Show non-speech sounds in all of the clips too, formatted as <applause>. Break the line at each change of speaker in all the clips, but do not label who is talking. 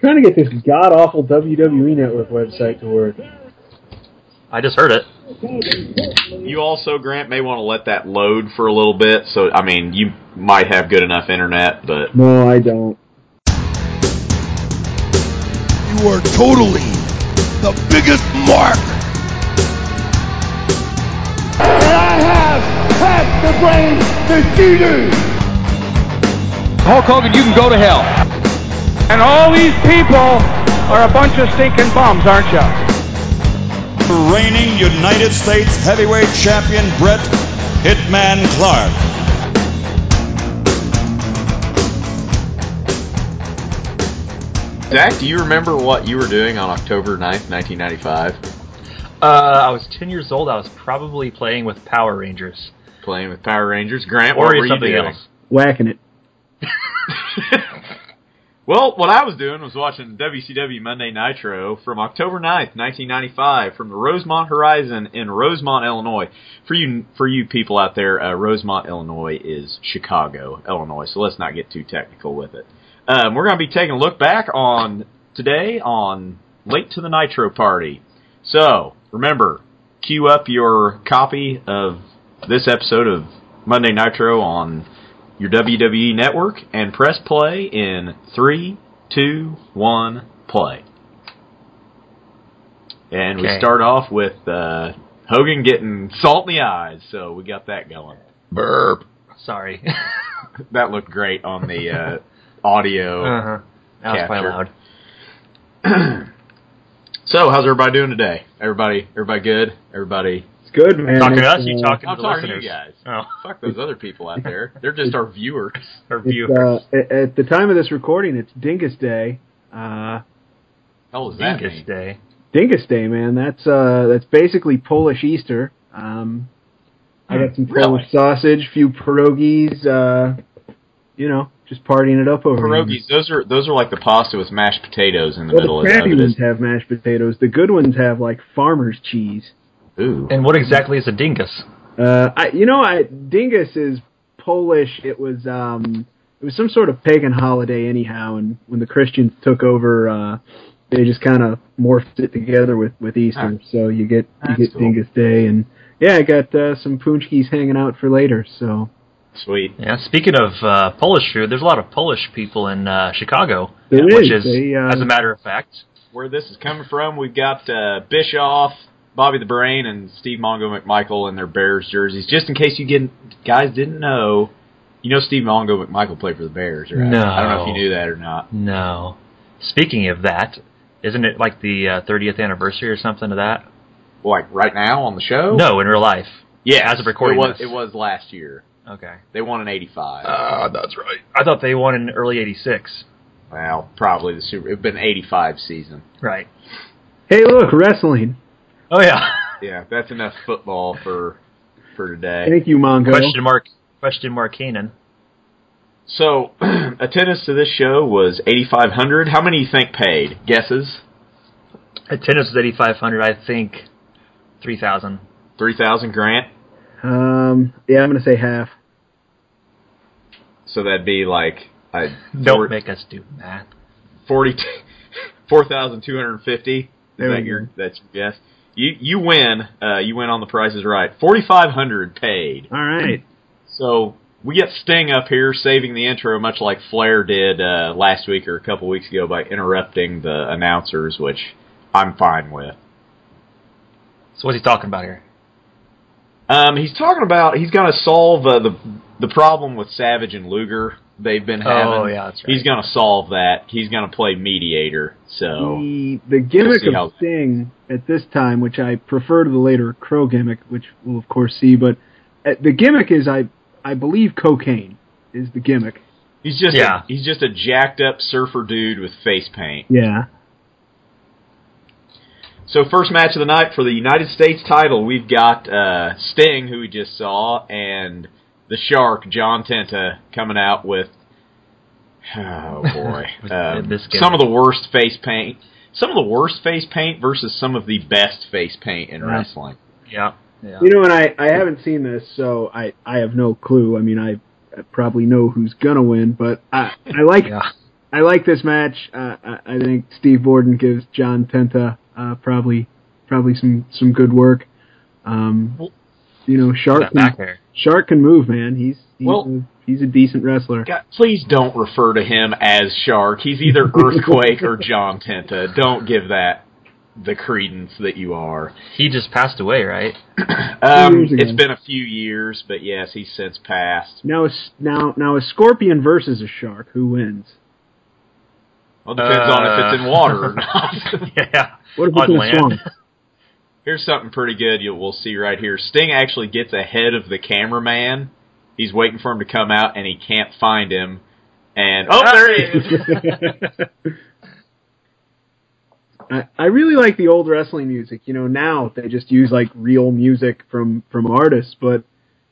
trying to get this god awful WWE E Network website to work.
I just heard it.
You also, Grant, may want to let that load for a little bit. So, I mean, you might have good enough internet, but
No, I don't.
You are totally the biggest mark. And I have half the brains that you do. Hulk Hogan, you can go to hell. And all these people are a bunch of stinking bums, aren't you?
Reigning United States Heavyweight Champion Brett Hitman Clark.
Zach, do you remember what you were doing on October 9th, 1995?
Uh, I was 10 years old. I was probably playing with Power Rangers.
Playing with Power Rangers, Grant,
Or
what were
something
you doing?
else.
Whacking it.
<laughs> Well, what I was doing was watching WCW Monday Nitro from October 9th, 1995, from the Rosemont Horizon in Rosemont, Illinois. For you, for you people out there, uh, Rosemont, Illinois is Chicago, Illinois, so let's not get too technical with it. Um, we're going to be taking a look back on today on Late to the Nitro Party. So, remember, queue up your copy of this episode of Monday Nitro on your WWE network and press play in three, two, one, play. And we
Okay.
start off with uh, Hogan getting salt in the eyes, so we got that going. Burp.
Sorry. <laughs>
That looked great on the uh, audio.
uh-huh. That was quite
Capture.
loud.
So, how's everybody doing today? Everybody, everybody good? Everybody?
It's good, man.
Talking to
It's,
us, you
uh,
talking
I'm
to the
talking to you
listeners.
guys.
Oh,
Fuck those other people out there. They're just our viewers.
or viewers.
It's, uh, at, at the time of this recording, it's Dingus Day. Uh,
Hell does that
Dingus
mean?
Day.
Dingus Day, man. That's uh, that's basically Polish Easter. Um, I got some
Really?
Polish sausage, few pierogies. Uh, you know, just partying it up over here.
Pierogies. Those are those are like the pasta with mashed potatoes in the middle.
Well, the
of-
crappy
of it
ones
is-
have mashed potatoes. The good ones have like farmer's cheese.
Ooh.
And what exactly is a dingus?
Uh, I, you know, I, Dingus is Polish. It was um, it was some sort of pagan holiday, anyhow. And when the Christians took over, uh, they just kind of morphed it together with with Easter. So you get you
Ah. That's
get
cool.
Dingus Day, and yeah, I got uh, some punchkis hanging out for later. So
Sweet.
Yeah, speaking of uh, Polish food, there's a lot of Polish people in uh, Chicago,
There
which
is.
is,
They, uh,
as a matter of fact,
Where this is coming from, we've got uh, Bischoff, Bobby the Brain, and Steve Mongo McMichael in their Bears jerseys. Just in case you get, guys didn't know, you know Steve Mongo McMichael played for the Bears, right?
No.
I don't know if you knew that or not.
no. Speaking of that, isn't it like the uh, 30th anniversary or something of that?
Like right now on the show?
No, in real life.
Yeah,
as of recording
Oh. it was,
this.
It was last year.
Okay.
They won in '85.
Ah, that's right.
I thought they won in early '86.
well, probably the Super. It'd been '85 season.
Right.
hey, look, wrestling.
Oh yeah.
Yeah, that's enough football for for today.
Thank you, Mongo.
question mark. Question mark. Keenan.
So, <clears throat> attendance to this show was 8,500. How many you think paid? Guesses?
Attendance was 8,500. I think 3,000.
3,000 grant?
Um, yeah, I'm gonna say half.
So that'd be like I,
Don't
four-
make us do math.
<laughs> 40 4,250. Is
There we
that
go.
your, that's your guess? You, you win. Uh, you win on the prices right. 4,500 paid.
All right.
So we get Sting up here saving the intro, much like Flair did uh, last week or a couple weeks ago by interrupting the announcers, which I'm fine with.
So what's he talking about here?
Um, he's talking about he's going to solve uh, the the problem with Savage and Luger they've been having.
Oh, yeah, that's right.
He's going to solve that. He's going to play mediator. So
Mm.
The, the gimmick
see how-
of Sting at this time, which I prefer to the later Crow gimmick, which we'll of course see, but uh, the gimmick is I I believe cocaine is the gimmick.
he's just
Yeah.
a, he's just a jacked up surfer dude with face paint.
Yeah.
So first match of the night for the United States title, we've got uh, Sting, who we just saw, and the Shark John Tenta coming out with <sighs> oh boy,
With
um,
this gimmick.
some of the worst face paint, some of the worst face paint versus some of the best face paint in
Right.
wrestling.
Yeah. Yeah.
You know, and I I haven't seen this, so I I have no clue. I mean, I, I probably know who's gonna win, but I I like
Yeah.
I like this match. Uh, I, I think Steve Borden gives John Tenta uh, probably probably some some good work. Um, you know, Shark
That back
can,
there.
Shark can move, man. He's he's, a,
Well-
he's a decent wrestler.
God, please don't refer to him as Shark. He's either Earthquake or John Tenta. Don't give that the credence that you are.
He just passed away, right?
Um,
years ago.
it's been a few years, but yes, he's since passed.
Now, it's, now, now, a scorpion versus a shark. Who wins?
Well, depends on if it's in water or
Uh.
not.
<laughs> yeah.
What if
on
it's in a
land. <laughs>
swamp?
Here's something pretty good you will see right here. Sting actually gets ahead of the cameraman. He's waiting for him to come out, and he can't find him. And oh, there he
<laughs>
is.
<laughs> I, I really like the old wrestling music. You know, now they just use like real music from from artists, but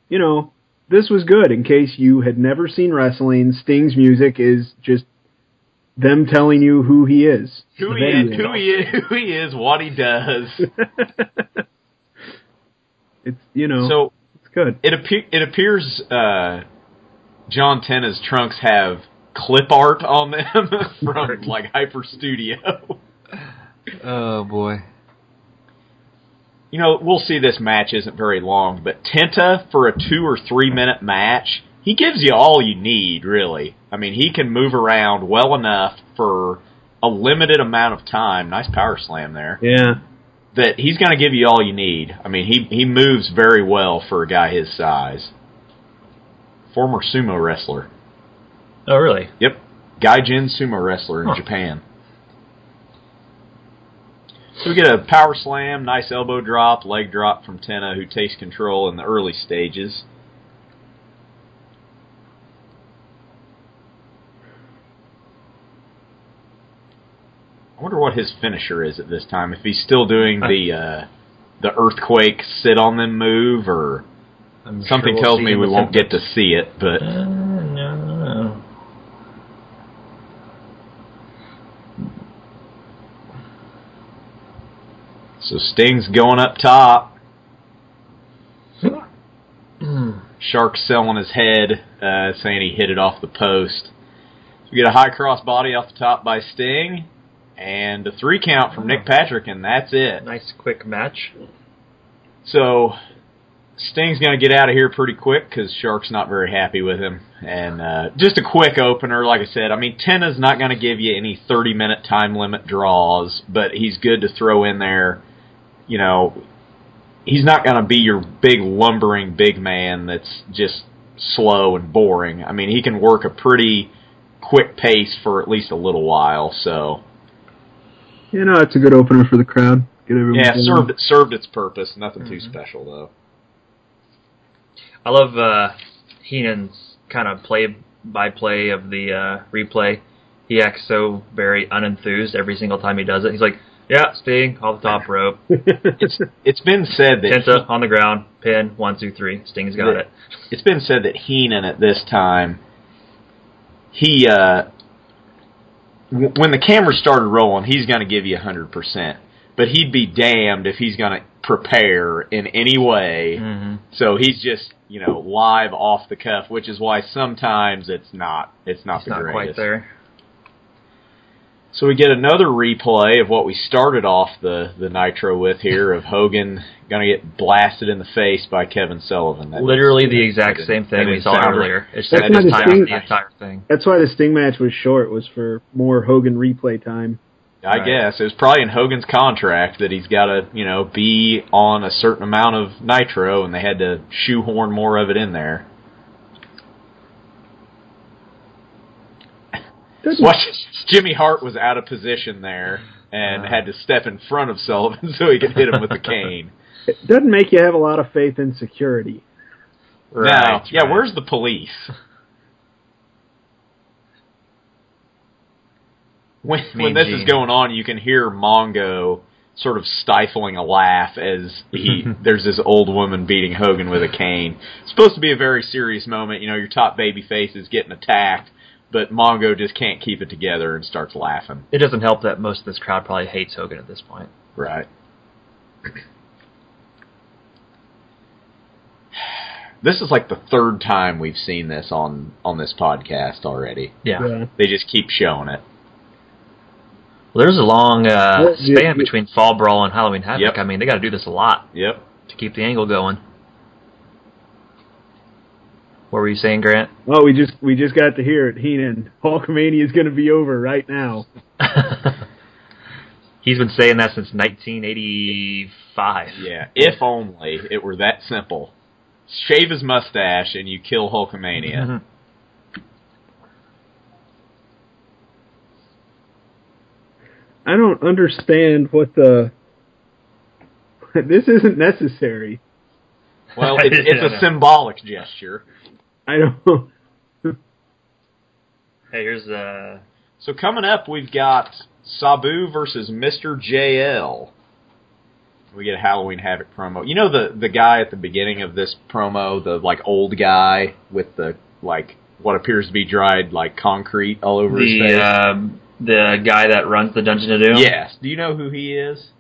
you know, this was good. In case you had never seen wrestling, Sting's music is just them telling you who he is.
Who he
They
is, who he is, who he is, what he does.
<laughs> It's you know,
So
it's good.
it appe- it appears uh, John Tenna's trunks have clip art on them <laughs> from like Hyper Studio.
Oh boy.
you know, we'll see this match isn't very long, but Tenta for a two or three minute match, he gives you all you need, really. I mean, he can move around well enough for a limited amount of time. Nice power slam there.
Yeah.
That he's going to give you all you need. I mean, he he moves very well for a guy his size. Former sumo wrestler.
Oh really?
Yep. Gaijin sumo wrestler in
Huh.
Japan. So we get a power slam, nice elbow drop, leg drop from Tenna, who takes control in the early stages. I wonder what his finisher is at this time. If he's still
<laughs>
doing the uh, the earthquake sit on them move, or
I'm sure
something
we'll
tells
see
me
him
we
at
won't
some-
get to see it. But
Uh, no.
So Sting's going up top. Shark selling his head, uh, saying he hit it off the post. We get a high cross body off the top by Sting, and a three count from Nick Patrick, and that's it.
Nice quick match.
So Sting's going to get out of here pretty quick because Shark's not very happy with him. And uh, just a quick opener, like I said. I mean, Tenna's not going to give you any 30 minute time limit draws, but he's good to throw in there. You know, he's not going to be your big lumbering big man that's just slow and boring. I mean, he can work a pretty quick pace for at least a little while. So,
You know, it's a good opener for the crowd. Get everyone
yeah,
going.
served, served its purpose. Nothing too special, though.
I love uh, Heenan's kind of play-by-play of the uh, replay. He acts so very unenthused every single time he does it. He's like, "Yeah, Sting off the top rope,
<laughs> It's it's been said that
Penta on the ground, pin one two three, Sting's got
Yeah.
it."
it's been said that Heenan at this time, he uh, w- when the camera started rolling, he's going to give you hundred percent, but he'd be damned if he's going to prepare in any way.
Mm-hmm.
So he's just you know live off the cuff, which is why sometimes it's not it's not
He's
the
not
greatest.
quite there.
So we get another replay of what we started off the the Nitro with here of Hogan going to get blasted in the face by Kevin Sullivan. That
Literally
is-
the
that
exact
didn't-
same
that
thing we
didn't
saw
sound right.
earlier. It's
That's
just
not
this
a
time it's
Sting-
the entire thing.
That's why the Sting match was short. Was for more Hogan replay time.
I
Right.
guess it was probably in Hogan's contract that he's got to, you know, be on a certain amount of nitro, and they had to shoehorn more of it in there. Watch, Jimmy Hart was out of position there and had to step in front of Sullivan <laughs> so he could hit him with the cane.
It doesn't make you have a lot of faith in security.
now, yeah,
right.
where's the police? <laughs> When, when
Mean
this is
Gene.
going on, you can hear Mongo sort of stifling a laugh as <laughs> he there's this old woman beating Hogan with a cane. It's supposed to be a very serious moment, you know, your top baby face is getting attacked, but Mongo just can't keep it together and starts laughing.
It doesn't help that most of this crowd probably hates Hogan at this point.
Right. This is like the third time we've seen this on on this podcast already.
Yeah.
Yeah.
They just keep showing it.
Well, there's a long uh,
Well, yeah,
span
yeah.
between Fall Brawl and Halloween Havoc.
Yep.
I mean, they got to do this a lot
Yep.
to keep the angle going. What were you saying, Grant? <laughs>
Well, we just we just got to hear it. Heenan, Hulkamania is going to be over right now.
He's been saying that since 1985.
Yeah. If only it were that simple. Shave his mustache and you kill
<laughs>
Hulkamania.
Mhm.
I don't understand what the. <laughs> this isn't necessary.
Well, it's,
I
it's
know.
a symbolic gesture.
I don't. <laughs>
Hey, here's uh,
So coming up, we've got Sabu versus Mr. JL. We get a Halloween Havoc promo. You know the the guy at the beginning of this promo, the like old guy with the like what appears to be dried like concrete all over his face.
the um, the guy that runs the Dungeon of Doom.
yes. Do you know who he is?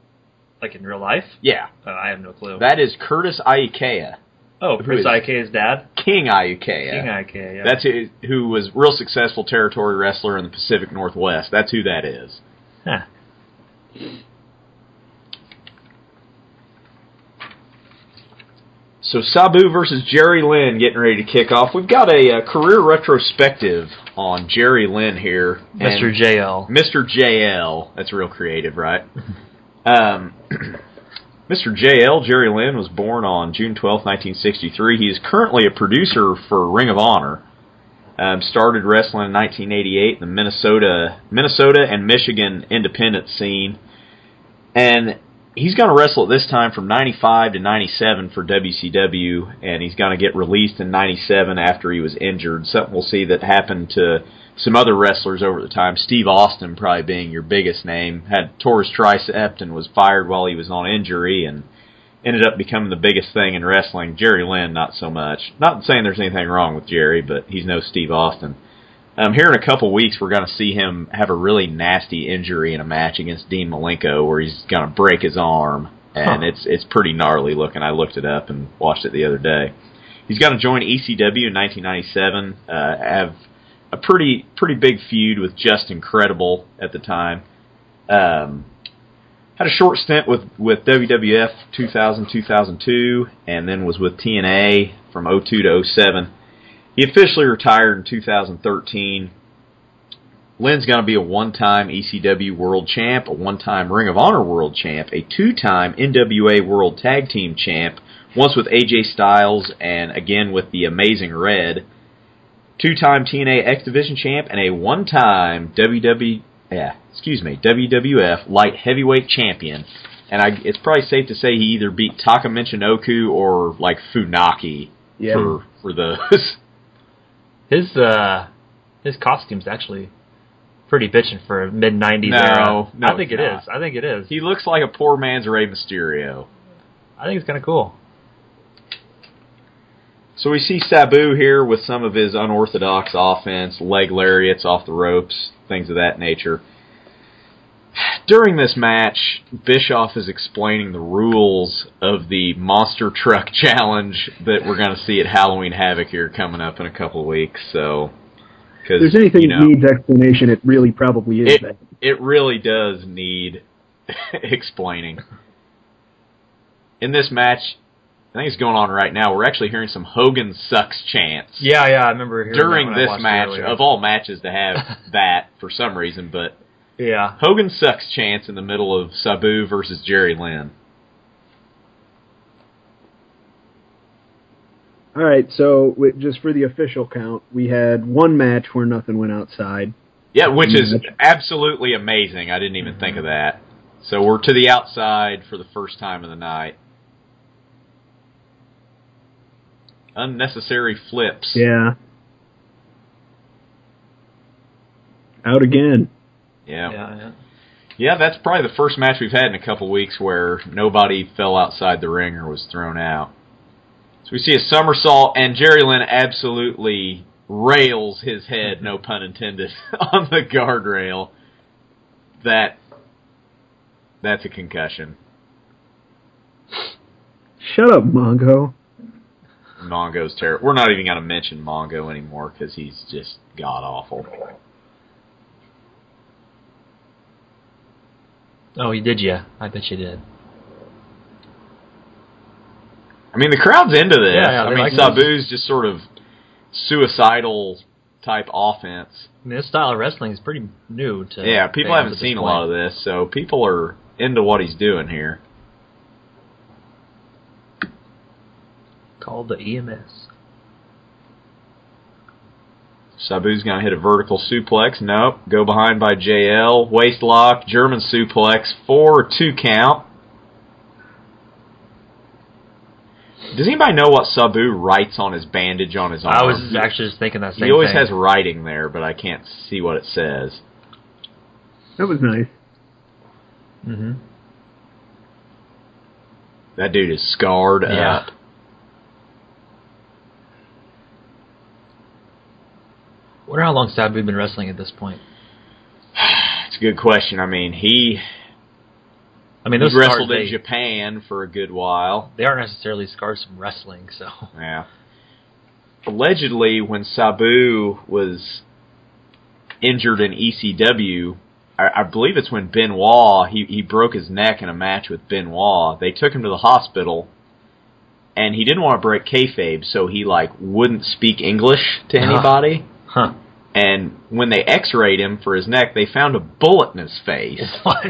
like in real life.
Yeah,
Uh, I have no clue.
that is Curtis Iukea,
oh,
who
Prince
is-
IK's dad.
King Iukea.
King IK. Yeah.
That's who, who was real successful territory wrestler in the Pacific Northwest. That's who that is.
Huh.
So Sabu versus Jerry Lynn getting ready to kick off. We've got a, uh career retrospective on Jerry Lynn here.
Mr.
And-
JL.
Mr. JL. That's real creative, right? um, <clears throat> Mr. JL, Jerry Lynn, was born on June 12, 1963. He is currently a producer for Ring of Honor. Um, started wrestling in 1988 in the Minnesota, Minnesota and Michigan independent scene. And he's going to wrestle at this time from 95 to 97 for WCW, and he's going to get released in 97 after he was injured. Something we'll see that happened to some other wrestlers over the time. Steve Austin, probably being your biggest name, had tore his tricep and was fired while he was on injury, and ended up becoming the biggest thing in wrestling. Jerry Lynn, not so much. Not saying there's anything wrong with Jerry, but he's no Steve Austin. Um, here in a couple weeks, we're going to see him have a really nasty injury in a match against Dean Malenko, where he's going to break his arm, and
Huh.
it's it's pretty gnarly looking. I looked it up and watched it the other day. He's going to join ECW in 1997. Uh, have a pretty pretty big feud with Just Incredible at the time. Um, had a short stint with with WWF 2000 2002, and then was with TNA from 02 to 07. He officially retired in 2013. Lynn's going to be a one time ECW World Champ, a one time Ring of Honor World Champ, a two time NWA World Tag Team Champ, once with AJ Styles and again with the Amazing Red, two time TNA X Division Champ, and a one time WW yeah, eh, excuse me, WWF Light Heavyweight Champion. And I, it's probably safe to say he either beat Taka Michinoku or like Funaki
Yeah.
for for those. <laughs>
His uh, his costume's actually pretty bitching for a mid '90s
No,
era.
no,
I think
it's
it
not.
is. I think it is.
He looks like a poor man's Rey Mysterio.
I think it's kind of cool.
So we see Sabu here with some of his unorthodox offense, leg lariats off the ropes, things of that nature. During this match, Bischoff is explaining the rules of the monster truck <laughs> challenge that we're going to see at Halloween Havoc here coming up in a couple of weeks. So,
If
because
there's anything
you know,
that needs explanation, it really probably is
it
that.
it really does need <laughs> explaining. In this match, I think it's going on right now. We're actually hearing some Hogan sucks chants
Yeah, yeah. I remember hearing
during
that when I
this
watched it
match
earlier.
of all matches to
<laughs>
have that for some reason. But
Yeah.
Hogan sucks chants in the middle of Sabu versus Jerry Lynn.
All right, so wi- just for the official count, we had one match where nothing went outside.
Yeah, which is
Mm-hmm.
absolutely amazing. I didn't even think of that. So we're to the outside for the first time of the night. Unnecessary flips.
Yeah. Out again.
Yeah.
Yeah, yeah.
Yeah, that's probably the first match we've had in a couple weeks where nobody fell outside the ring or was thrown out. So we see a somersault, and Jerry Lynn absolutely rails his head, no pun intended, <laughs> on the guardrail. That that's a concussion.
Shut up, Mongo.
Mongo's terrible. We're not even going to mention Mongo anymore because he's just god awful.
Oh, you did, yeah. I bet you did.
I mean, the crowd's into this.
Yeah, yeah,
I
they
mean,
like
Sabu's just sort of suicidal type offense.
I mean, this style of wrestling is pretty new to.
Yeah, people
fans
haven't
at this
seen a
point.
lot of this, so people are into what he's doing here.
Called the E EMS.
Sabu's going to hit a vertical suplex. Nope. Go behind by JL. Waist lock. German suplex. Four or two count. Does anybody know what Sabu writes on his bandage on his arm?
I was actually just thinking that same
Oh. He always
thing.
has writing there, but I can't see what it says.
That was nice.
hmm
That dude is scarred
Yeah.
up.
Wonder how long Sabu been wrestling at this point.
It's a good question. I mean, he,
I mean,
he
those scars,
wrestled
they,
in Japan for a good while.
they aren't necessarily scars from wrestling, so.
Yeah. Allegedly, when Sabu was injured in ECW, I, I believe it's when Benoit he he broke his neck in a match with Benoit. They took him to the hospital, and he didn't want to break kayfabe, so he like wouldn't speak English to
Huh.
anybody.
Huh. <laughs>
And when they X-rayed him for his neck, they found a bullet in his
<laughs>
face,
What?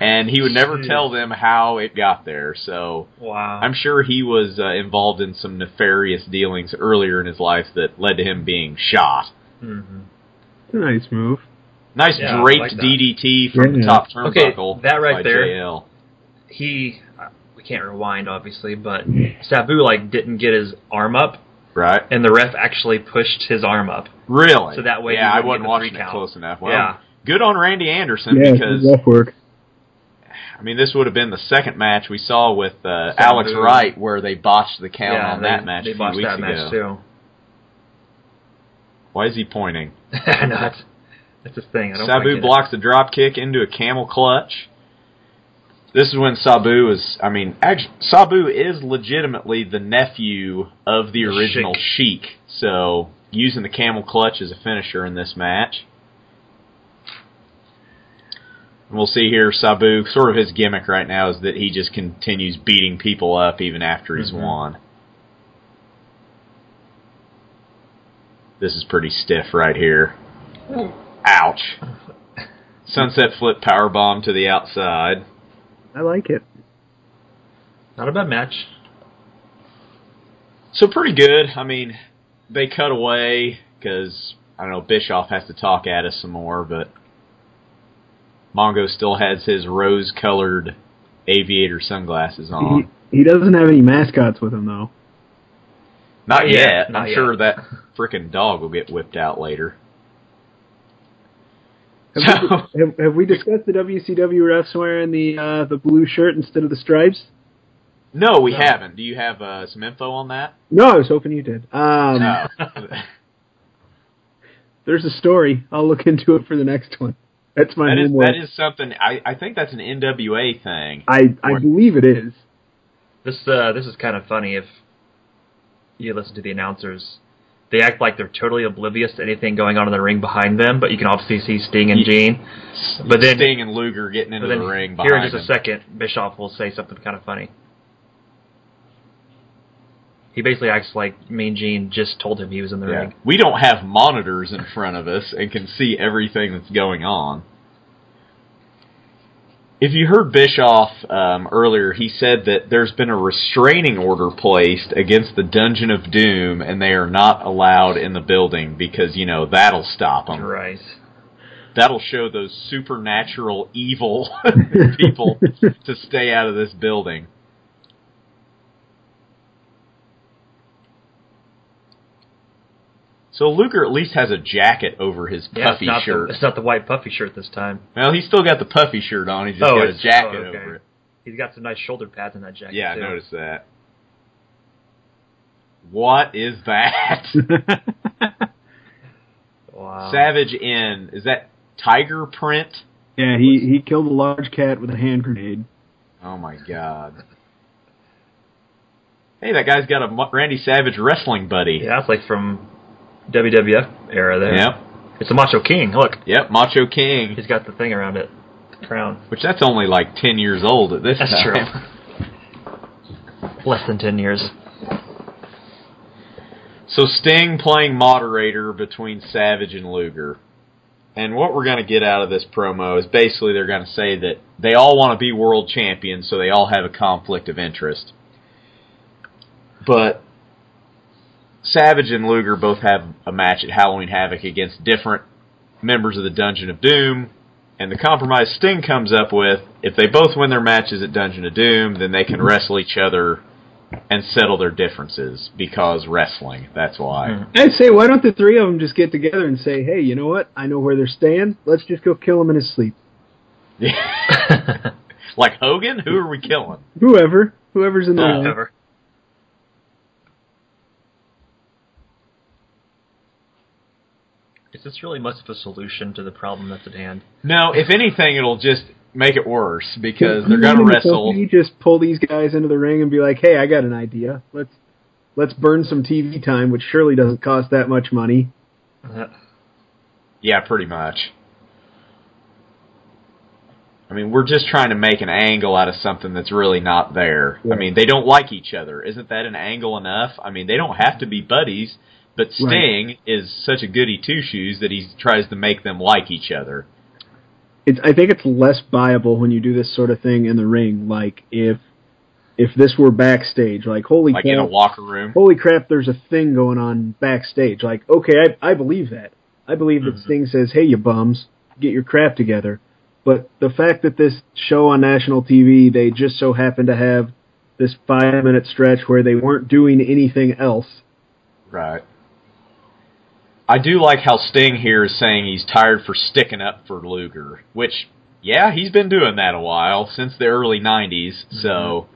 and he would never
Jeez.
tell them how it got there. So
Wow.
I'm sure he was uh, involved in some nefarious dealings earlier in his life that led to him being shot.
hmm
It's a nice move.
Nice
Yeah, I
draped
like that.
DDT from
Yeah.
the top
Okay,
turnbuckle.
that right
by
there.
JL.
He. uh, We can't rewind, obviously, but Sabu, like, didn't get his arm up,
Right.
and the ref actually pushed his arm up.
Really.
So that way
yeah,
you
I
wouldn't
wasn't watching
get the three
it
count.
close enough. Well,
Yeah.
good on Randy Anderson
Yeah,
because
rough work.
I mean this would have been the second match we saw with uh,
Sabu.
Alex Wright where they botched the count
yeah,
on
they-
that match
They
a few
botched
weeks
that
ago.
match, too.
Why is he pointing?
<laughs> no, that's, that's a thing. I don't like
Sabu
it.
blocks the drop kick into a camel clutch. This is when Sabu is. I mean, actually, Sabu is legitimately the nephew of the
The
original Sheik. So using the camel clutch as a finisher in this match. And we'll see here Sabu. Sort of his gimmick right now is that he just continues beating people up even after he's
Mhm.
won. This is pretty stiff right here. Ouch. Sunset flip power bomb to the outside.
I like it.
Not a bad match.
So pretty good. I mean, they cut away because I don't know Bischoff has to talk at us some more, but Mongo still has his rose-colored aviator sunglasses on.
He, he doesn't have any mascots with him <laughs> though.
Not
Not
yet.
yet, Oh, not
I'm
yet.
sure
<laughs>
that frickin' dog will get whipped out later.
Have,
So-
we, have, have we discussed the WCW refs wearing the uh, the blue shirt instead of the stripes?
No, we
No.
haven't. Do you have uh, some info on that?
No, I was hoping you did. Um,
No.
<laughs> There's a story. I'll look into it for the next one. That's my
<laughs> that is
homework.
that is something. I I think that's an NWA thing.
uh, I I believe it is.
This uh, this is kind of funny if you listen to the announcers. They act like they're totally oblivious to anything going on in the ring behind them, but you can obviously see Sting and
Ye-
Gene. But then-
Sting and Luger getting into
But then
the ring
here in
behind
just a
him.
second, Bischoff will say something kind of funny. He basically acts like Mean Gene just told him he was in the
Yeah.
ring.
We don't have monitors in front of us and can see everything that's going on. If you heard Bischoff um, earlier, he said that there's been a restraining order placed against the Dungeon of Doom, and they are not allowed in the building because you know that'll stop them.
Right.
That'll show those supernatural evil <laughs> people to stay out of this building. So Luger at least has a jacket over his
Yeah,
puffy
it's, not
shirt.
The, it's not the white puffy shirt this time.
well, he's still got the puffy shirt on. He's just
Oh,
got a
it's-
jacket
oh, okay.
over it.
He's got some nice shoulder pads in that jacket.
Yeah, I
too.
noticed that. What is that?
Wow.
Savage in is that tiger print?
<laughs> yeah, he he killed a large cat with a hand grenade.
Oh my god. Hey, that guy's got a Mu- Randy Savage wrestling buddy.
Yeah, that's like from WWF era there.
Yep.
It's a Macho King. Look,
Yep. Macho King.
he's got the thing around it, crown. <laughs>
Which that's only like ten years old at this <laughs>
That's
time.
true. Less than ten years. <laughs>
So Sting playing moderator between Savage and Luger. And what we're going to get out of this promo is basically they're going to say that they all want to be world champions, so they all have a conflict of interest. But Savage and Luger both have a match at Halloween Havoc against different members of the Dungeon of Doom. And the compromise Sting comes up with if they both win their matches at Dungeon of Doom, then they can wrestle each other and settle their differences because wrestling. That's why.
I'd say, why don't the three of them just get together and say, hey, you know what? I know where they're staying. Let's just go kill him in his sleep.
Hmm.
<laughs> like Hogan, who are we killing?
Whoever. Whoever's in the way.
Whatever. Is this really much of a solution to the problem that's at hand?
No, if anything, it'll just make it worse because they're gonna wrestle.
You just pull these guys into the ring and be like, "Hey, I got an idea. Let's let's burn some TV time, which surely doesn't cost that much money."
Uh,
Yeah, pretty much. I mean, we're just trying to make an angle out of something that's really not there. I
Yeah.
mean, they don't like each other. Isn't that an angle enough? I mean, they don't have to be buddies, but Sting is such a goody two shoes that he tries to make them like each other.
It's I think it's less viable when you do this sort of thing in the ring. Like if if this were backstage, like holy
Like in a
crap,
locker room.
holy crap, there's a thing going on backstage. Like okay, I I believe that. I believe that Sting says, "Hey, you bums, get your crap together." But the fact that this show on national TV, they just so happen to have this five minute stretch where they weren't doing anything else.
Right. I do like how Sting here is saying he's tired for sticking up for Luger, which, yeah, he's been doing that a while since the early 90s,
Mm-hmm.
so.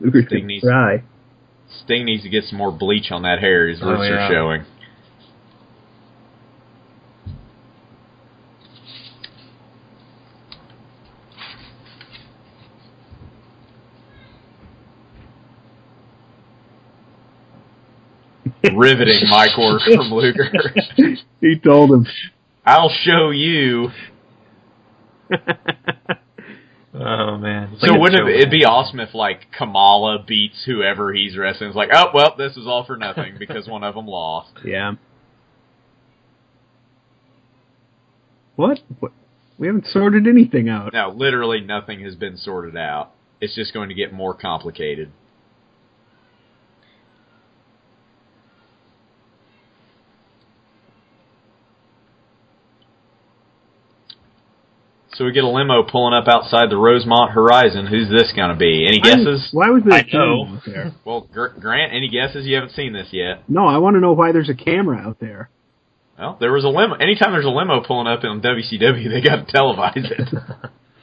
Luger
Sting
should
needs-
try.
Sting needs to get some more bleach on that hair. His
Oh,
roots
yeah.
are
<laughs>
showing. Riveting mic work from
<laughs>
Luger.
He told him.
I'll show you.
Oh man! It's
So
like a
wouldn't it,
joke.
it'd be awesome if like Kamala beats whoever he's wrestling? It's like, oh well, this is all for
<laughs>
nothing because one of them lost.
Yeah. What? what? We haven't sorted anything out.
No, literally nothing has been sorted out. It's just going to get more complicated. So we get a limo pulling up outside the Rosemont Horizon. Who's this going to be? Any guesses?
Why was there
I
a camera
know.
out there?
Well, Gr- Grant, any guesses? You haven't seen this yet.
<laughs> No, I want to know why there's a camera out there.
Well, there was a limo. Anytime there's a limo pulling up in WCW, they got to televise it.
<laughs> <laughs>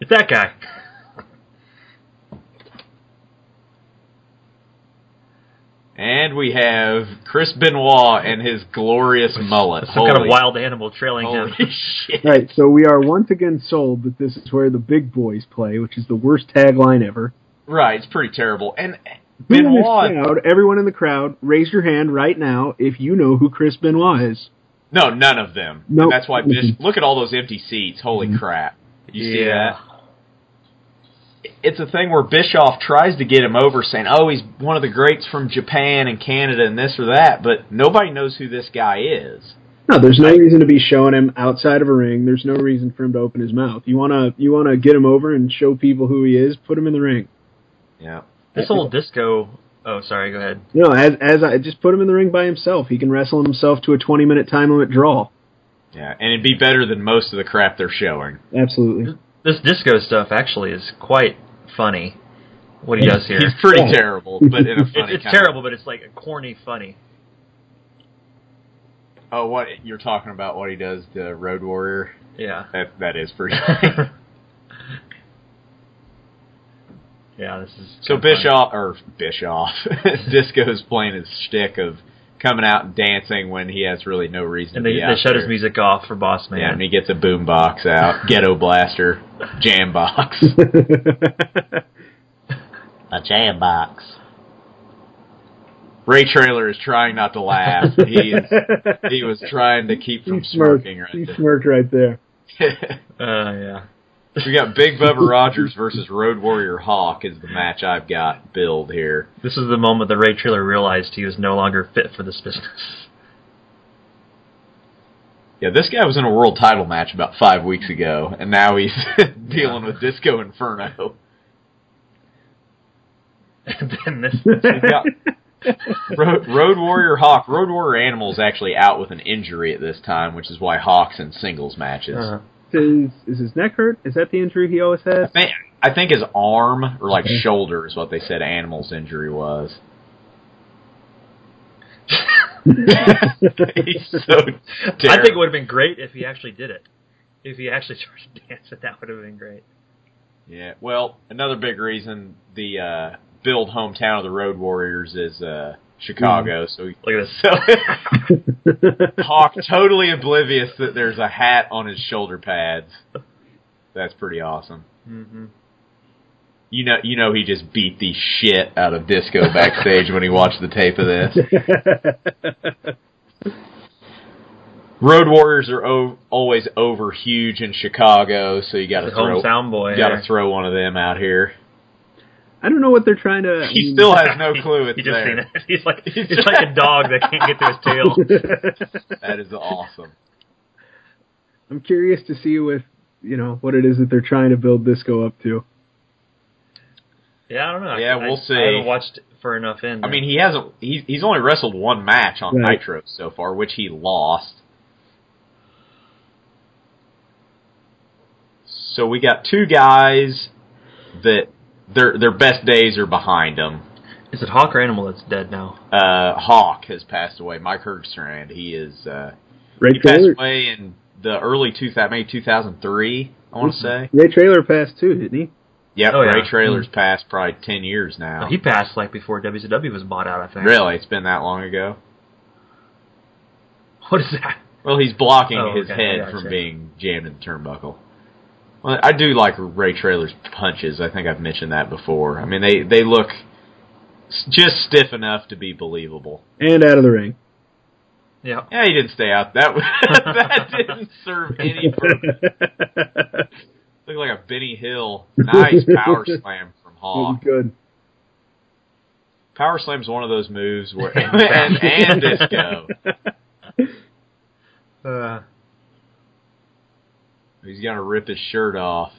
It's that guy.
And we have Chris Benoit and his glorious mullet.
Some kind of
Holy
wild animal trailing
Holy
<laughs> him.
<laughs> shit.
Right, so we are once again sold that this is where the big boys play, which is the worst tagline ever.
Right, it's pretty terrible. And
Who in this
Benoit,
crowd, everyone in the crowd, raise your hand right now if you know who Chris Benoit is.
no, none of them.
Nope.
That's why Bishop, look at all those empty seats. Holy crap. You see
Mm-hmm. Yeah.
that? It's a thing where Bischoff tries to get him over saying, oh, he's one of the greats from Japan and Canada and this or that, but nobody knows who this guy is.
No, there's no reason to be showing him outside of a ring. There's no reason for him to open his mouth. You wanna you wanna get him over and show people who he is. Put him in the ring.
Yeah.
This whole disco. Oh, sorry. Go ahead.
No, as as I just put him in the ring by himself. He can wrestle himself to a 20 minute time limit draw.
Yeah, and it'd be better than most of the crap they're showing.
Absolutely.
This disco stuff actually is quite funny. What he does here.
<laughs> He's pretty terrible, but
<laughs>
in a
It's,
funny
it's
kind of
terrible, but it's like a corny funny.
Oh, what you're talking about? What he does to Road Warrior?
Yeah.
That that is pretty.
<laughs> yeah, this is
so <laughs>
kinda funny.
Bischoff or Bischoff Disco's playing his shtick of coming out and dancing when he has really no reason
And
to
they,
be
they
out
shut his
there.
music off for Boss Man.
Yeah, and he gets a boom box
<laughs>
out, ghetto blaster, jam box.
<laughs>
A jam box.
Ray Trailer is trying not to laugh.
<laughs>
He is, he was trying to keep
he
from
smirked.
smirking right
He smirked right there.
<laughs> there.
Uh, yeah.
we got Big Bubba Rogers versus Road Warrior Hawk is the match I've got billed here.
This is the moment that Ray Trailer realized he was no longer fit for this business. <laughs>
Yeah, this guy was in a world title match about five weeks ago, and now he's <laughs> dealing with Disco Inferno.
and then
<laughs>
this,
<laughs>
Yeah. Road, Road Warrior Hawk. Road Warrior Animal's actually out with an injury at this time, which is why Hawk's in singles matches.
uh,
Is, is his neck hurt? Is that the injury he always has?
<laughs> I think- I think his arm or like
Mm-hmm.
shoulder is what they said Animal's injury
<laughs>
was. <laughs> He's so
I think it
terrible.
would have been great if he actually did it. If he actually started dancing, that would have been great.
Yeah. Well, another big reason the uh, build hometown of the Road Warriors is uh, Chicago. So,
Look at
<laughs>
this.
so Hawk <laughs> totally oblivious that there's a hat on his shoulder pads. That's pretty awesome.
hmm
You know, you know, he just beat the shit out of Disco backstage when he watched the tape of this.
<laughs>
Road Warriors are o- always over huge in Chicago, so you got to
The
throw,
home sound boy.
you got to throw one of them out here.
I don't know what they're trying to. I
He
mean-
still has no clue it's
<laughs> He just
there.
seen it. <laughs> He's like he's like a dog that can't get to his
<laughs>
tail.
That is awesome.
<laughs> I'm curious to see with you know what it is that they're trying to build Disco up to.
Yeah, I don't know.
Yeah,
I,
we'll
I,
see.
I haven't watched for enough in.
I mean, he hasn't. He's, he's only wrestled one match on
Right.
Nitro so far, which he lost. So we got two guys that their their best days are behind them.
is it Hawk or Animal that's dead now?
Uh, Hawk has passed away. Mike Hergstrand. He is. Uh,
Ray
he passed
Trailer,
away in the early two thousand, maybe two thousand three. I want to
Mm-hmm.
say.
Ray Trailer passed too, didn't he?
Yep,
Oh, yeah. Oh,
Ray Trailer's
Mm-hmm.
passed probably ten years now.
He passed like before WCW was bought out. I think.
really, it's been that long ago.
What is that?
Well, he's blocking
Oh,
his
okay, I
head
gotcha.
from being jammed in the turnbuckle. Well, I do like Ray Trailer's punches. I think I've mentioned that before. I mean, they they look s- just stiff enough to be believable.
And out of the ring.
Yeah.
Yeah, he didn't stay out. That <laughs> was, that didn't serve any purpose.
<laughs>
Looked like a Benny Hill. Nice power slam from Hawk.
<laughs> That was good.
Power Slam's one of those moves where and, and disco.
Uh,
He's gonna rip his shirt off.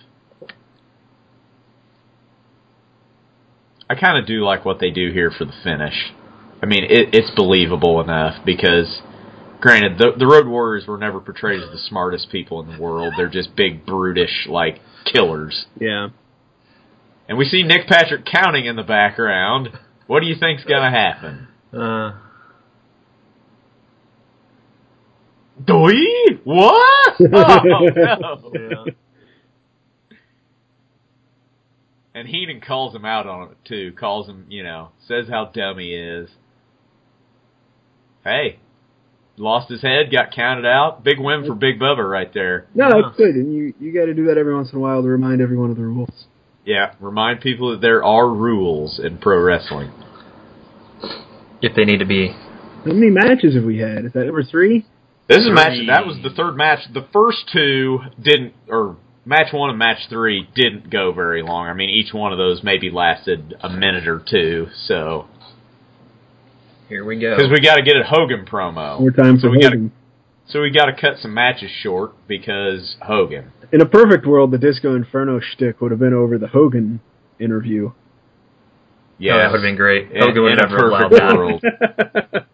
I kind of do like what they do here for the finish. I mean, it, it's believable enough because, granted, the, the Road Warriors were never portrayed as the smartest people in the world. They're just big, brutish, like killers.
Yeah.
And we see Nick Patrick counting in the background. What do you think's gonna happen?
uh,
Doi? What? <laughs> Oh, no.
yeah.
And Heenan calls him out on it too. Calls him, you know, says how dumb he is. Hey, lost his head, got counted out. Big win for Big Bubba right there.
No, that's good. And you you got to do that every once in a while to remind everyone of the rules.
Yeah, remind people that there are rules in pro wrestling.
If they need to be.
How many matches have we had? Is that number three?
This is a match that was the third match. The first two didn't, or match one and match three didn't go very long. I mean, each one of those maybe lasted a minute or two. So
Here we go. Oh,
because we got to get a Hogan promo.
More time
so
for
we gotta-
Hogan.
So we got to cut some matches short because Hogan.
In a perfect world, the Disco Inferno shtick would have been over the Hogan interview.
Yeah,
Yeah,
that would have been great.
In,
Hogan would
in a
never allow
perfect
that. <laughs>
world.
<laughs>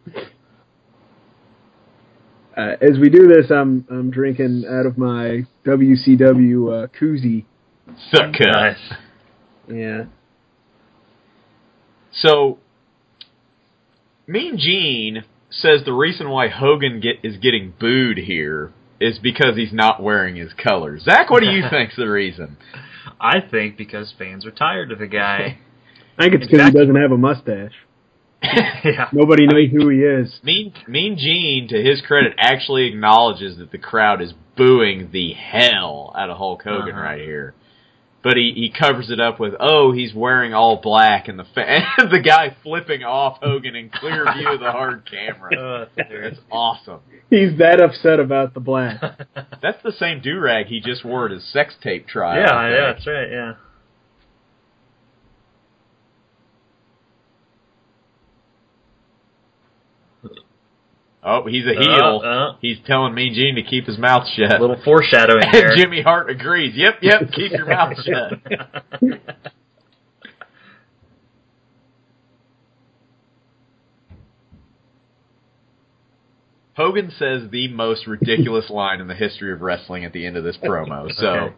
Uh, as we do this, I'm I'm drinking out of my WCW uh, koozie.
Suck cut.
Nice.
Yeah.
So Mean Gene says the reason why Hogan get, is getting booed here is because he's not wearing his colors. Zach, what do
<laughs>
you think's the reason? <laughs>
I think because fans are tired of the guy.
<laughs>
I think it's because
Exactly.
he doesn't have a mustache.
<laughs> yeah.
Nobody knew who he is.
Mean Mean Gene, to his credit, actually acknowledges that the crowd is booing the hell out of Hulk Hogan
Uh-huh.
right here. But he, he covers it up with, oh, he's wearing all black, and the fa- <laughs> and the guy flipping off Hogan in clear view of the hard
<laughs>
camera.
Uh,
That's awesome.
He's that upset about the black.
<laughs> That's the same do rag he just wore at his sex tape trial.
yeah,
I
yeah,
think.
that's right. Yeah.
Oh, he's a
Uh,
heel.
uh.
he's telling Mean Gene to keep his mouth shut. <laughs>
little foreshadowing there.
and Jimmy Hart agrees. Yep, yep.
<laughs>
Keep your mouth shut. Hogan says the most ridiculous line in the history of wrestling at the end of this
<laughs>
promo. So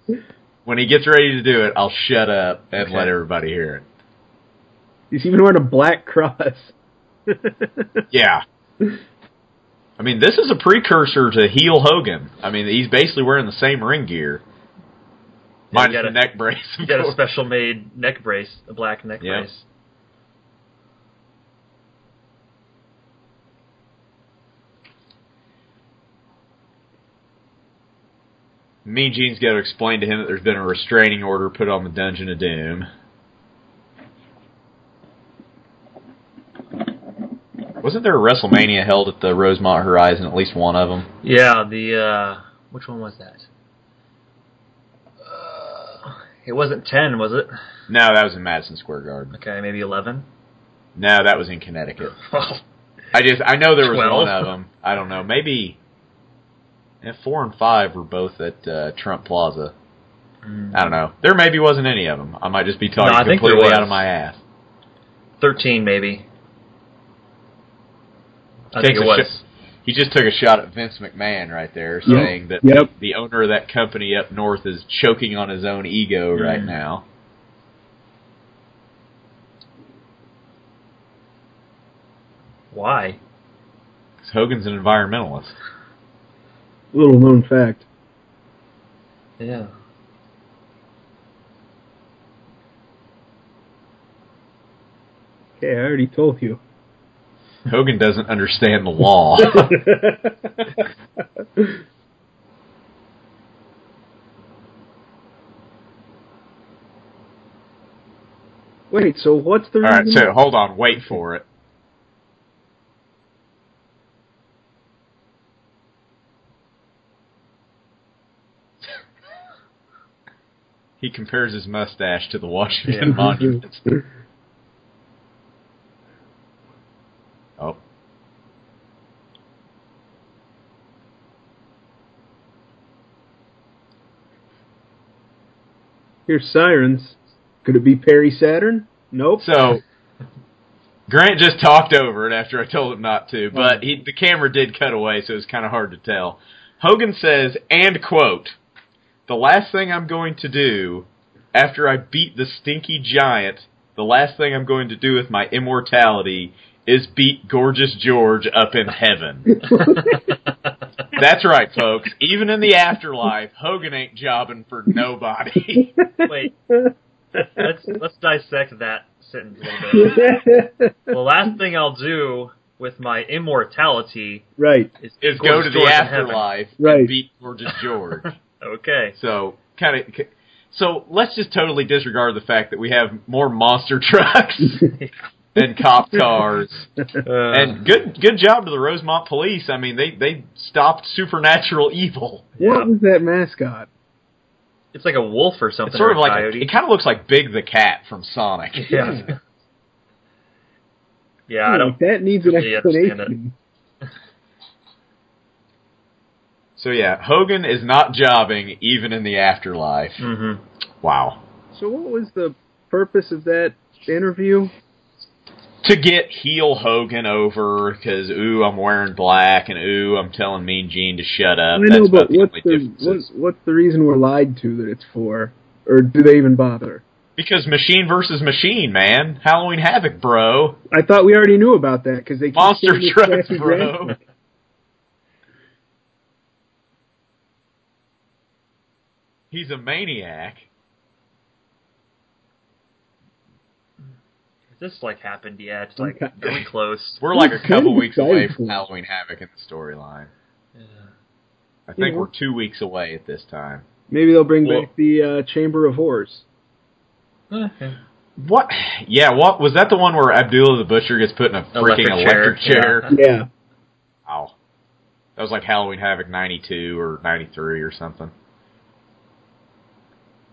when he gets ready to do it, I'll shut up and
Okay.
let everybody hear it.
He's even wearing a black cross. <laughs>
Yeah. I mean, this is a precursor to heel Hogan. I mean, he's basically wearing the same ring gear, minus
got
the
a-
neck brace. of
<laughs> You got a
course.
special made neck brace, a black neck
Yeah.
brace.
Mean Gene's got to explain to him that there's been a restraining order put on the Dungeon of Doom. Wasn't there a WrestleMania held at the Rosemont Horizon? At least one of them.
Yeah, the uh which one was that? Uh, it wasn't ten, was it?
No, that was in Madison Square Garden.
Okay,
<laughs>
maybe eleven.
No, that was in Connecticut.
Well,
I just I know there was one
Twelve.
of them. I don't know. Maybe and four and five were both at uh, Trump Plaza. I don't know. There maybe wasn't any of them. I might just be talking
Hmm. No, I think there
completely out
was.
of my ass.
thirteen maybe. I
Takes
think
a
it was.
He just took a shot at Vince McMahon right there,
Yep.
saying that
Yep.
the owner of that company up north is choking on his own ego
Mm-hmm.
right
Mhm.
now.
Why?
'Cause Hogan's an environmentalist.
Little known fact.
Yeah.
Okay, I already told you.
Hogan doesn't understand
<laughs>
the law.
<laughs> Wait, so what's the
All right,
reason?
so hold on, wait for it. <laughs> he compares his mustache to the Washington
Yeah.
Monument.
<laughs>
Oh.
Here's sirens. Could it be Perry Saturn? Nope.
So Grant just talked over it after I told him not to, but he, the camera did cut away, so it was kind of hard to tell. Hogan says, and quote, "The last thing I'm going to do after I beat the stinky giant, the last thing I'm going to do with my immortality is beat gorgeous George up in
<laughs>
heaven." That's right, folks. Even in the afterlife, Hogan ain't jobbing for
<laughs>
nobody.
Wait. <laughs> Let's let's dissect that sentence a little bit. The last thing I'll do with my immortality
<laughs>
<laughs>
right.
is,
is
Gorgeous
go to the
George in heaven.
afterlife
Right.
and beat gorgeous George.
Okay.
So kind of. So let's just totally disregard the fact that we have more monster <laughs> trucks than cop cars. and good good job to the Rosemont police. I mean, they they stopped supernatural evil.
What was that mascot?
<laughs> It's like a wolf or something.
It's sort
or
of
a
like
coyote.
it kind of looks like Big the Cat from Sonic.
Hmm.
yeah. yeah, I don't.
that needs an
really understand
explanation.
So yeah, Hogan is not jobbing even in the afterlife.
Mm-hmm.
Wow.
So what was the purpose of that interview?
to get heel Hogan over because ooh I'm wearing black and ooh I'm telling Mean Gene to shut
I
up.
know,
That's
but
about the
what's
only
the
differences.
what's, what's the reason we're lied to that it's for, or do they even bother?
because machine versus machine, man. Halloween Havoc, bro.
I thought we already knew about that because they keep <laughs>
Monster
saying it's
truck,
classic wrestling.
bro. He's a maniac.
this like happened yet? Like, are we close?
We're like a couple weeks away
excited
from
for.
Halloween Havoc in the storyline.
Yeah.
I think
Yeah.
we're two weeks away at this time.
Maybe they'll bring
Well-
back the uh, Chamber of Horrors.
Okay.
What? Yeah, what was that? The one where Abdullah the Butcher gets put in a freaking electric
Electric chair,
chair?
yeah.
Yeah.
Wow, that was like Halloween Havoc '92 or '93 or something.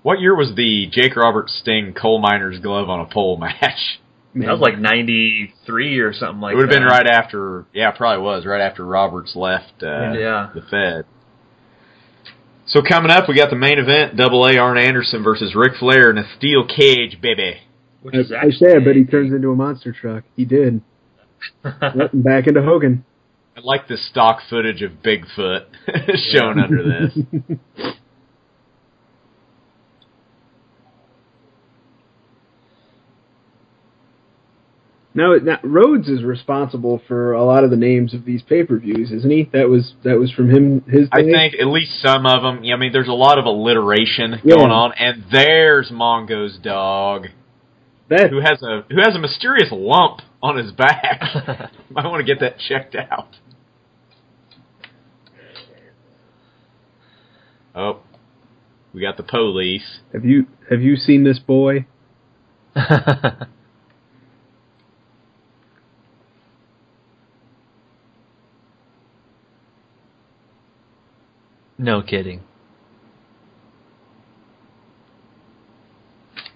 What year was the Jake Roberts Sting coal miner's glove on a pole <laughs> match?
That was like '93 or something like. uh,
it would have
that.
been right after. Yeah, it probably was right after Roberts left uh,
Yeah.
the Fed. So coming up, we got the main event: Double A Arn Anderson versus Ric Flair in a steel cage, baby.
Which
I,
is
I
actually,
said, but he turns into a monster truck. He did. Yep, and back into Hogan.
I like the stock footage of Bigfoot <laughs> shown under this.
No, now Rhodes is responsible for a lot of the names of these pay per views, isn't he? That was that was from him. His
I
thing?
think at least some of them. I mean, there's a lot of alliteration
Yeah.
going on, and there's Mongo's dog
that
who has a who has a mysterious lump on his back.
<laughs>
<laughs> Might want to get that checked out. Oh, we got the police.
have you have you seen this boy?
<laughs> no kidding.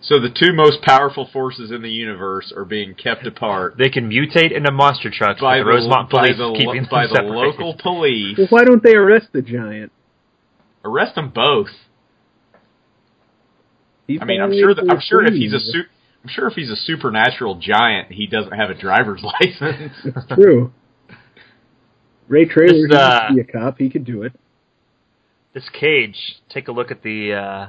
So the two most powerful forces in the universe are being kept apart
They can mutate into monster trucks.
by the,
but the Rosemont
by
police
the,
keeping them <laughs>
by the
separated.
local police.
Well, why don't they arrest the giant?
Arrest them both.
He
I mean, I'm
finally
sure. That, I'm
was
sure if he's a
clean.
su- I'm sure if he's a supernatural giant, he doesn't have a driver's <laughs> license.
True. Ray Traylor
This,
he used
uh,
to be a cop. He could do it.
This cage. Take a look at the uh,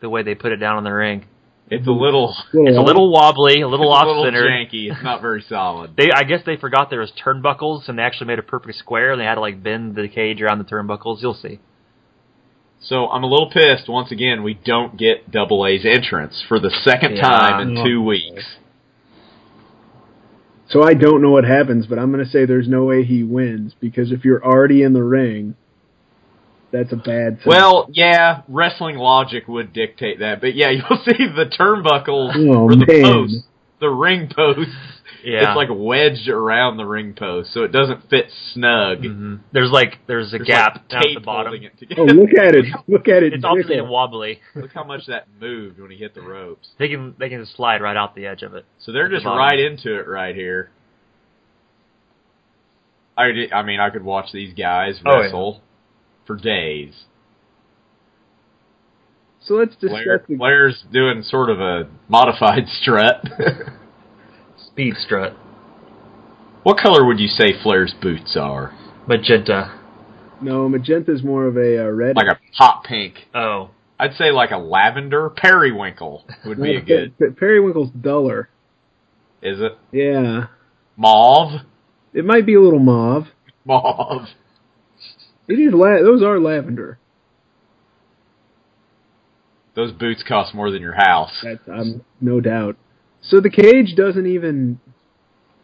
the way they put it down on the ring.
it's
<laughs>
a little,
It's a little wobbly, a little
it's a
off
little
center.
janky. It's not very solid.
They, I guess they forgot there was turnbuckles, and they actually made a perfect square. And they had to like bend the cage around the turnbuckles. You'll see.
So I'm a little pissed. Once again, we don't get Double A's entrance for the second
Yeah.
time
Mm-hmm.
in two weeks.
So I don't know what happens, but I'm going to say there's no way he wins because if you're already in the ring, that's a bad thing.
Well, yeah, wrestling logic would dictate that, but yeah, <laughs> you'll see the turnbuckles
Oh,
or the
man.
posts, the ring posts.
Yeah.
It's like wedged around the ring post, so it doesn't fit snug.
hmm There's like there's
Mm-hmm.
a
There's,
gap
like,
down at
tape
the bottom.
holding it together.
oh, look at it. Look at it.
It's obviously
jiggle.
wobbly.
Look how much that moved when he hit the ropes.
They can they can slide right out the edge of it.
So they're
At the
just
bottom.
right into it right here. I, did- I mean, I could watch these guys
Oh, yeah.
wrestle for days.
So let's discuss
Blair,
the
Blair's doing sort of a modified <laughs> strut.
Speed strut,
what color would you say Flair's boots are?
magenta.
no magenta's more of a uh, red.
Like a hot pink.
Oh,
I'd say like a lavender periwinkle would be
<laughs>
a good.
But periwinkle's duller.
Is it
Yeah,
mauve?
it might be a little mauve.
Mauve.
It is la- those are lavender.
Those boots cost more than your house.
That's um, no doubt. So the cage doesn't even.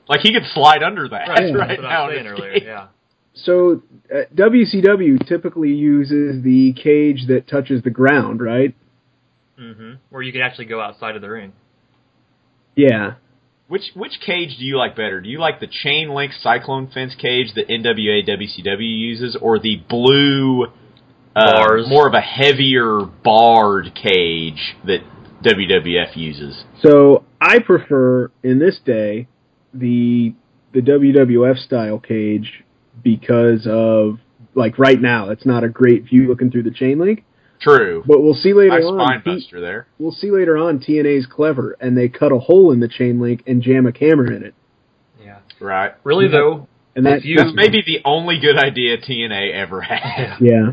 Like he could slide under that
<laughs> right.
<laughs> right,
that's what I
now. in
was saying
his
earlier.
cage.
Yeah.
So uh, WCW typically uses the cage that touches the ground, right?
Mm-hmm. Where you can actually go outside of the ring.
Yeah.
Which which cage do you like better? Do you like the chain link cyclone fence cage that NWA WCW uses, or the blue uh,
Bars.
more of a heavier barred cage that WWF uses?
So I prefer in this day the the WWF style cage because of like right now it's not a great view looking through the chain link,
True,
but we'll see later
nice
on.
spine
T-
buster there.
we'll see later on TNA's clever and they cut a hole in the chain link and jam a camera in it.
Yeah.
Right,
Really
Yeah.
though,
And that
If you-
that's maybe the only good idea TNA ever had.
yeah.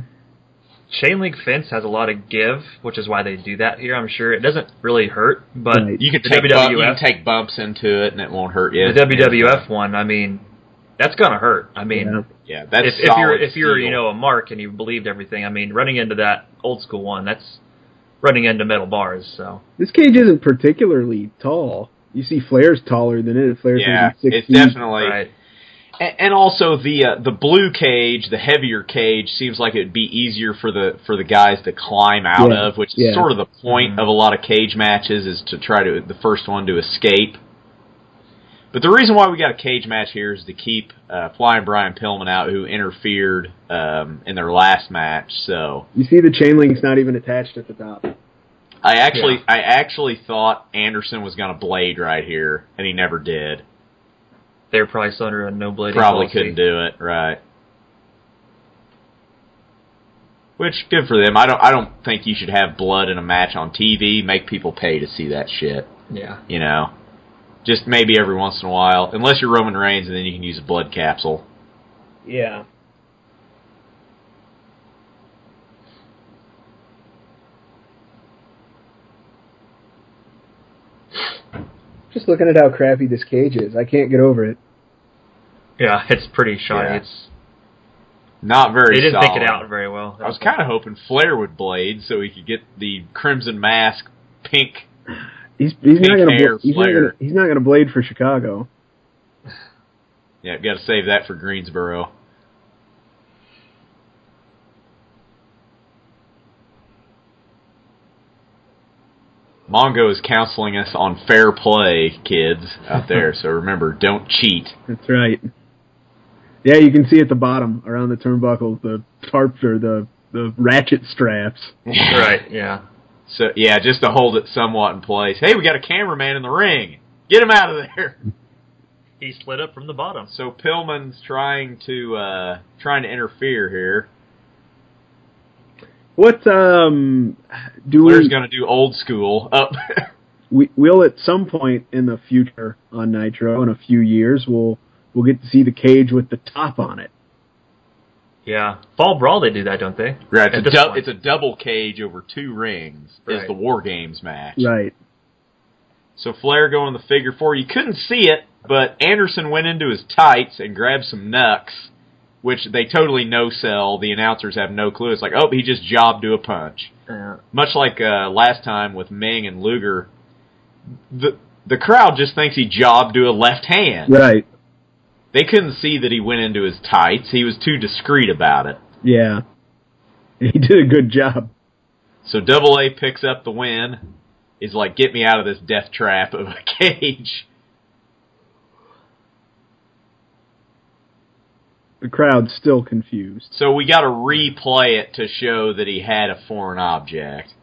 chain link fence has a lot of give, which is why they do that here. I'm sure it doesn't really hurt, but
Right.
You can
The
take bu- you
WWF.
can take bumps into it and it won't hurt you.
the WWF one, I mean, that's gonna hurt. I mean,
Yeah.
yeah, that's
if, if you're
solid
if you're you
steel.
know a mark and you believed everything, I mean, running into that old school one, that's running into metal bars. So
This cage isn't particularly tall. You see Flair's taller than it. Flair's
Yeah,
maybe six
it's
feet.
definitely.
Right.
A- And also the uh, the blue cage, the heavier cage, seems like it'd be easier for the for the guys to climb out
Yeah,
of, which is
yeah.
sort of the point
Mhm.
of a lot of cage matches is to try to the first one to escape. But the reason why we got a cage match here is to keep uh, Flying Brian Pillman out, who interfered um, in their last match. So
You see the chain link's not even attached at the top.
I actually
Yeah.
I actually thought Anderson was going to blade right here, and he never did.
They were probably still under a no blading
Probably
policy.
couldn't do it, right? Which good for them. I don't. I don't think you should have blood in a match on TV. Make people pay to see that shit.
Yeah.
You know, just maybe every once in a while, unless you're Roman Reigns, and then you can use a blood capsule.
Yeah. Just looking at how crappy this cage is, I can't get over it.
Yeah, <laughs> it's pretty shoddy.
Yeah.
It's
Not very.
they didn't
solid.
think it out very well.
I was kind of hoping Flair would blade so he could get the Crimson Mask pink.
He's he's
Pink
not gonna
hair,
bla- he's not gonna
Flair.
he's not gonna blade for Chicago.
Yeah, got to save that for Greensboro. Mongo is counseling us on fair play, kids out there. so remember, don't cheat.
That's right. Yeah, you can see at the bottom around the turnbuckles the tarps or the the ratchet straps.
<laughs> right. Yeah.
<laughs> So yeah, just to hold it somewhat in place. Hey, we got a cameraman in the ring. Get him out of there.
He slid up from the bottom.
So Pillman's trying to uh, trying to interfere here.
What um do
Blair's
we,
going to do old school up. <laughs>
we we'll at some point in the future on Nitro in a few years we'll we'll get to see the cage with the top on it.
Yeah. Fall brawl, they do that, don't they?
Right,
At
it's a,
this
dou-
point.
it's a double cage over two rings is
Right.
the War Games match.
Right.
So Flair going the figure four. You couldn't see it, but Anderson went into his tights and grabbed some nucks, which they totally no sell. The announcers have no clue. It's like, oh, he just jobbed to a punch.
Yeah.
Much like uh, last time with Ming and Luger, the the crowd just thinks he jobbed to a left hand.
Right.
They couldn't see that he went into his tights. He was too discreet about it.
Yeah. <laughs> He did a good job.
So Double A picks up the win. Is like, get me out of this death trap of a <laughs> cage.
The crowd's still confused.
So we got to replay it to show that he had a foreign object.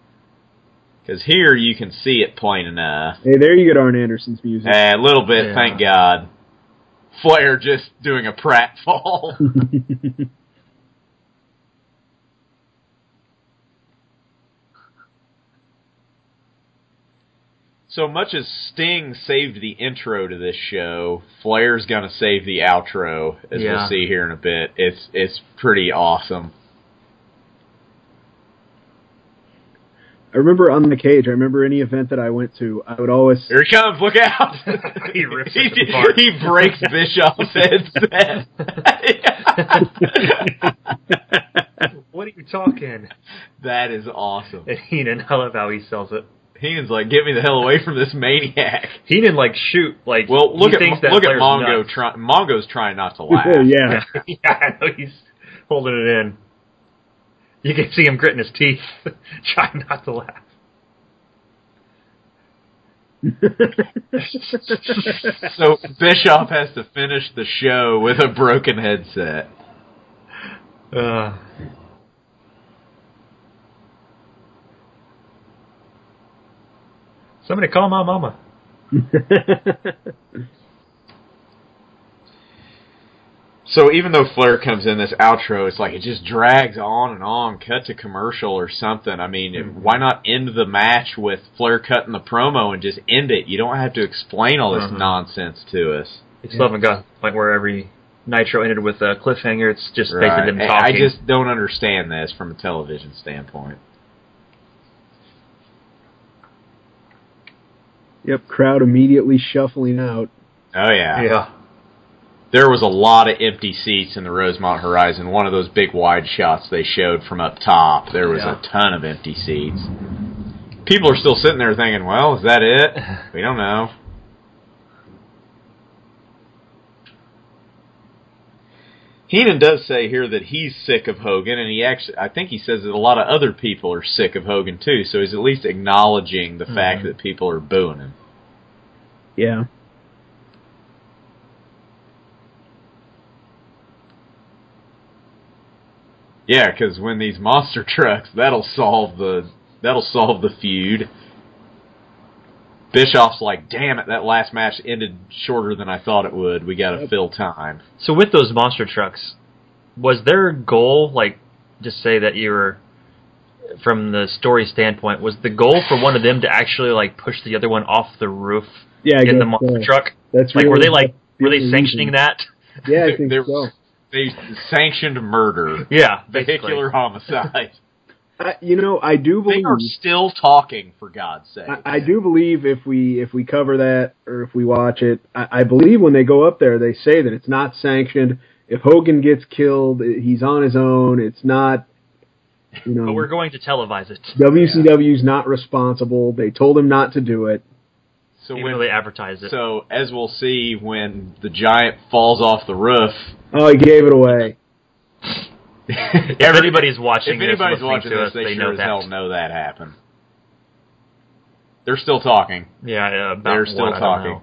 Because here you can see it plain enough.
Hey, there you get Arn Anderson's music.
<laughs>
Eh, A little bit,
Yeah.
thank God. Flair just doing a pratfall.
<laughs>
so much as Sting saved the intro to this show, Flair's gonna save the outro, as
Yeah.
we'll see here in a bit. It's it's pretty awesome.
I remember on the cage, I remember any event that I went to, I would
<laughs>
always
Here he comes! Look out!
He <laughs> rips
he,
it apart.
he breaks <laughs> Bishop's headset.
What are you talking?
<laughs> that is awesome.
And Heenan, I love how he sells it.
Heenan's like, get me the hell away from this maniac.
Heenan like shoot like
Well, look
he
at
thinks that
look at
Flair's
Mongo.
nuts.
Try, Mongo's trying not to laugh.
<laughs> yeah.
<laughs> yeah, I know he's holding it in. You can see him gritting his teeth, <laughs> trying not to laugh. <laughs>
So Bischoff has to finish the show with a broken headset.
Uh, somebody call my mama.
So even though Flair comes in this outro, it's like it just drags on and on. Cut to commercial or something. I mean,
Mm-hmm.
it- why not end the match with Flair cutting the promo and just end it? You don't have to explain all this
Mhm.
nonsense to us.
They still haven't got like where every Nitro ended with a cliffhanger. It's just
Right.
basically them
I I
talking.
just don't understand this from a television standpoint.
yep, crowd immediately shuffling out.
Oh
yeah,
there was a lot of empty seats in the Rosemont Horizon. One of those big wide shots they showed from up top, there was
Yeah.
a ton of empty seats. People are still sitting there thinking, "Well, is that it? We don't know." Heenan does say here that he's sick of Hogan, and he actually, I think he says that a lot of other people are sick of Hogan too. So he's at least acknowledging the fact that people are booing him.
Yeah.
Yeah, because when these monster <laughs> trucks, that'll solve the that'll solve the feud. Bischoff's like, damn it, that last match ended shorter than I thought it would. We got to fill time.
So with those monster trucks, was their goal like just say that you were from the story standpoint was the goal for one of them to actually like push the other one off the roof
Yeah, I
in the
guess
monster
so.
truck?
That's
Like
really
were they like
the
were they
only
sanctioning
reason.
that?
Yeah, I
There-
think
there-
so.
They sanctioned <laughs> murder,
Yeah, basically.
vehicular <laughs> homicide.
I, you know, I do
They
believe
are still talking, for God's sake.
I, I do believe if we if we cover that or if we watch it, I, I believe when they go up there, they say that it's not sanctioned. If Hogan gets killed, i- he's on his own. It's not, you
But we're
know,
going to televise it.
WCW's not responsible. They told him not to do it.
So
Even though
when
they advertise it.
so as we'll see, when the giant falls off the roof, <laughs>
Oh, he gave it away.
if anybody's watching
if
this,
anybody's
listening
watching
to
this,
us,
they,
they
sure
know
as
that.
hell know that happened. They're still talking.
Yeah, uh, about
They're still
what, I don't
talking.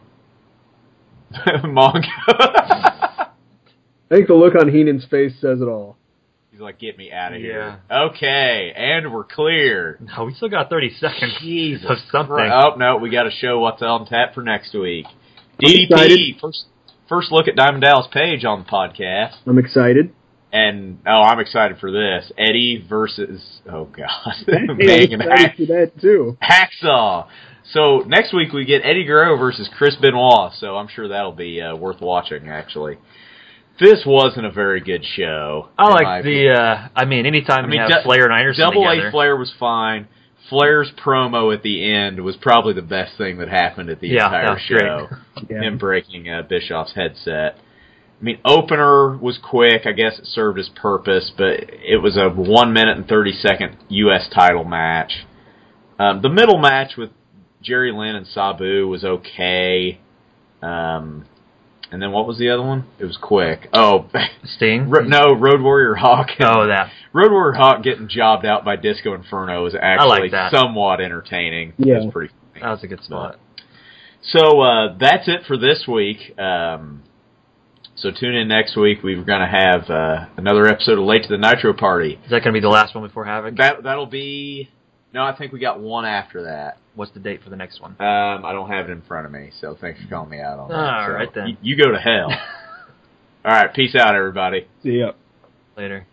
know.
<laughs> Mongo.
<laughs>
I think the look on Heenan's face says it all.
He's like, get me out of here. Okay, and we're clear.
No, Oh, we still got 30 seconds
Jesus
of something.
Right. Oh no, we got to show what's on tap for next week.
excited.
DDP first first look at Diamond Dallas Page on the podcast,
I'm excited.
and oh, I'm excited for this Eddie versus oh god, <laughs> Bang
I'm
and
excited for that too.
Hack- Hacksaw. So next week we get Eddie Guerrero versus Chris Benoit. So I'm sure that'll be uh, worth watching. Actually, this wasn't a very good show.
I
in Oh, my
like the. Uh, I mean, anytime
I mean,
you
du-
have Flair and Anderson
Double
together,
A Flair was fine. Flair's promo at the end was probably the best thing that happened at the
Yeah, that
entire
was great.
show.
Yeah.
Him breaking uh, Bischoff's headset. I mean, opener was quick. I guess it served his purpose, but it was a one minute and thirty second U.S. title match. Um, the middle match with Jerry Lynn and Sabu was okay. Um, and then what was the other one? It was quick. Oh, <laughs>
Sting.
Ro- no, Road Warrior Hawk.
Oh, that.
Road Warrior Hawk getting jobbed out by Disco Inferno is actually
like that.
somewhat entertaining.
Yeah.
It's pretty funny.
That was a good spot.
Uh, So uh, that's it for this week. Um, so tune in next week. We're going to have uh, another episode of Late to the Nitro Party.
Is that going to be the last one before Havoc?
That that'll be. No, I think we got one after that.
What's the date for the next one?
Um, I don't have it in front of me, so thanks for calling me out on that.
All
So
right, then. <laughs>
y- you go to hell. All right, peace out, everybody.
See ya.
Later.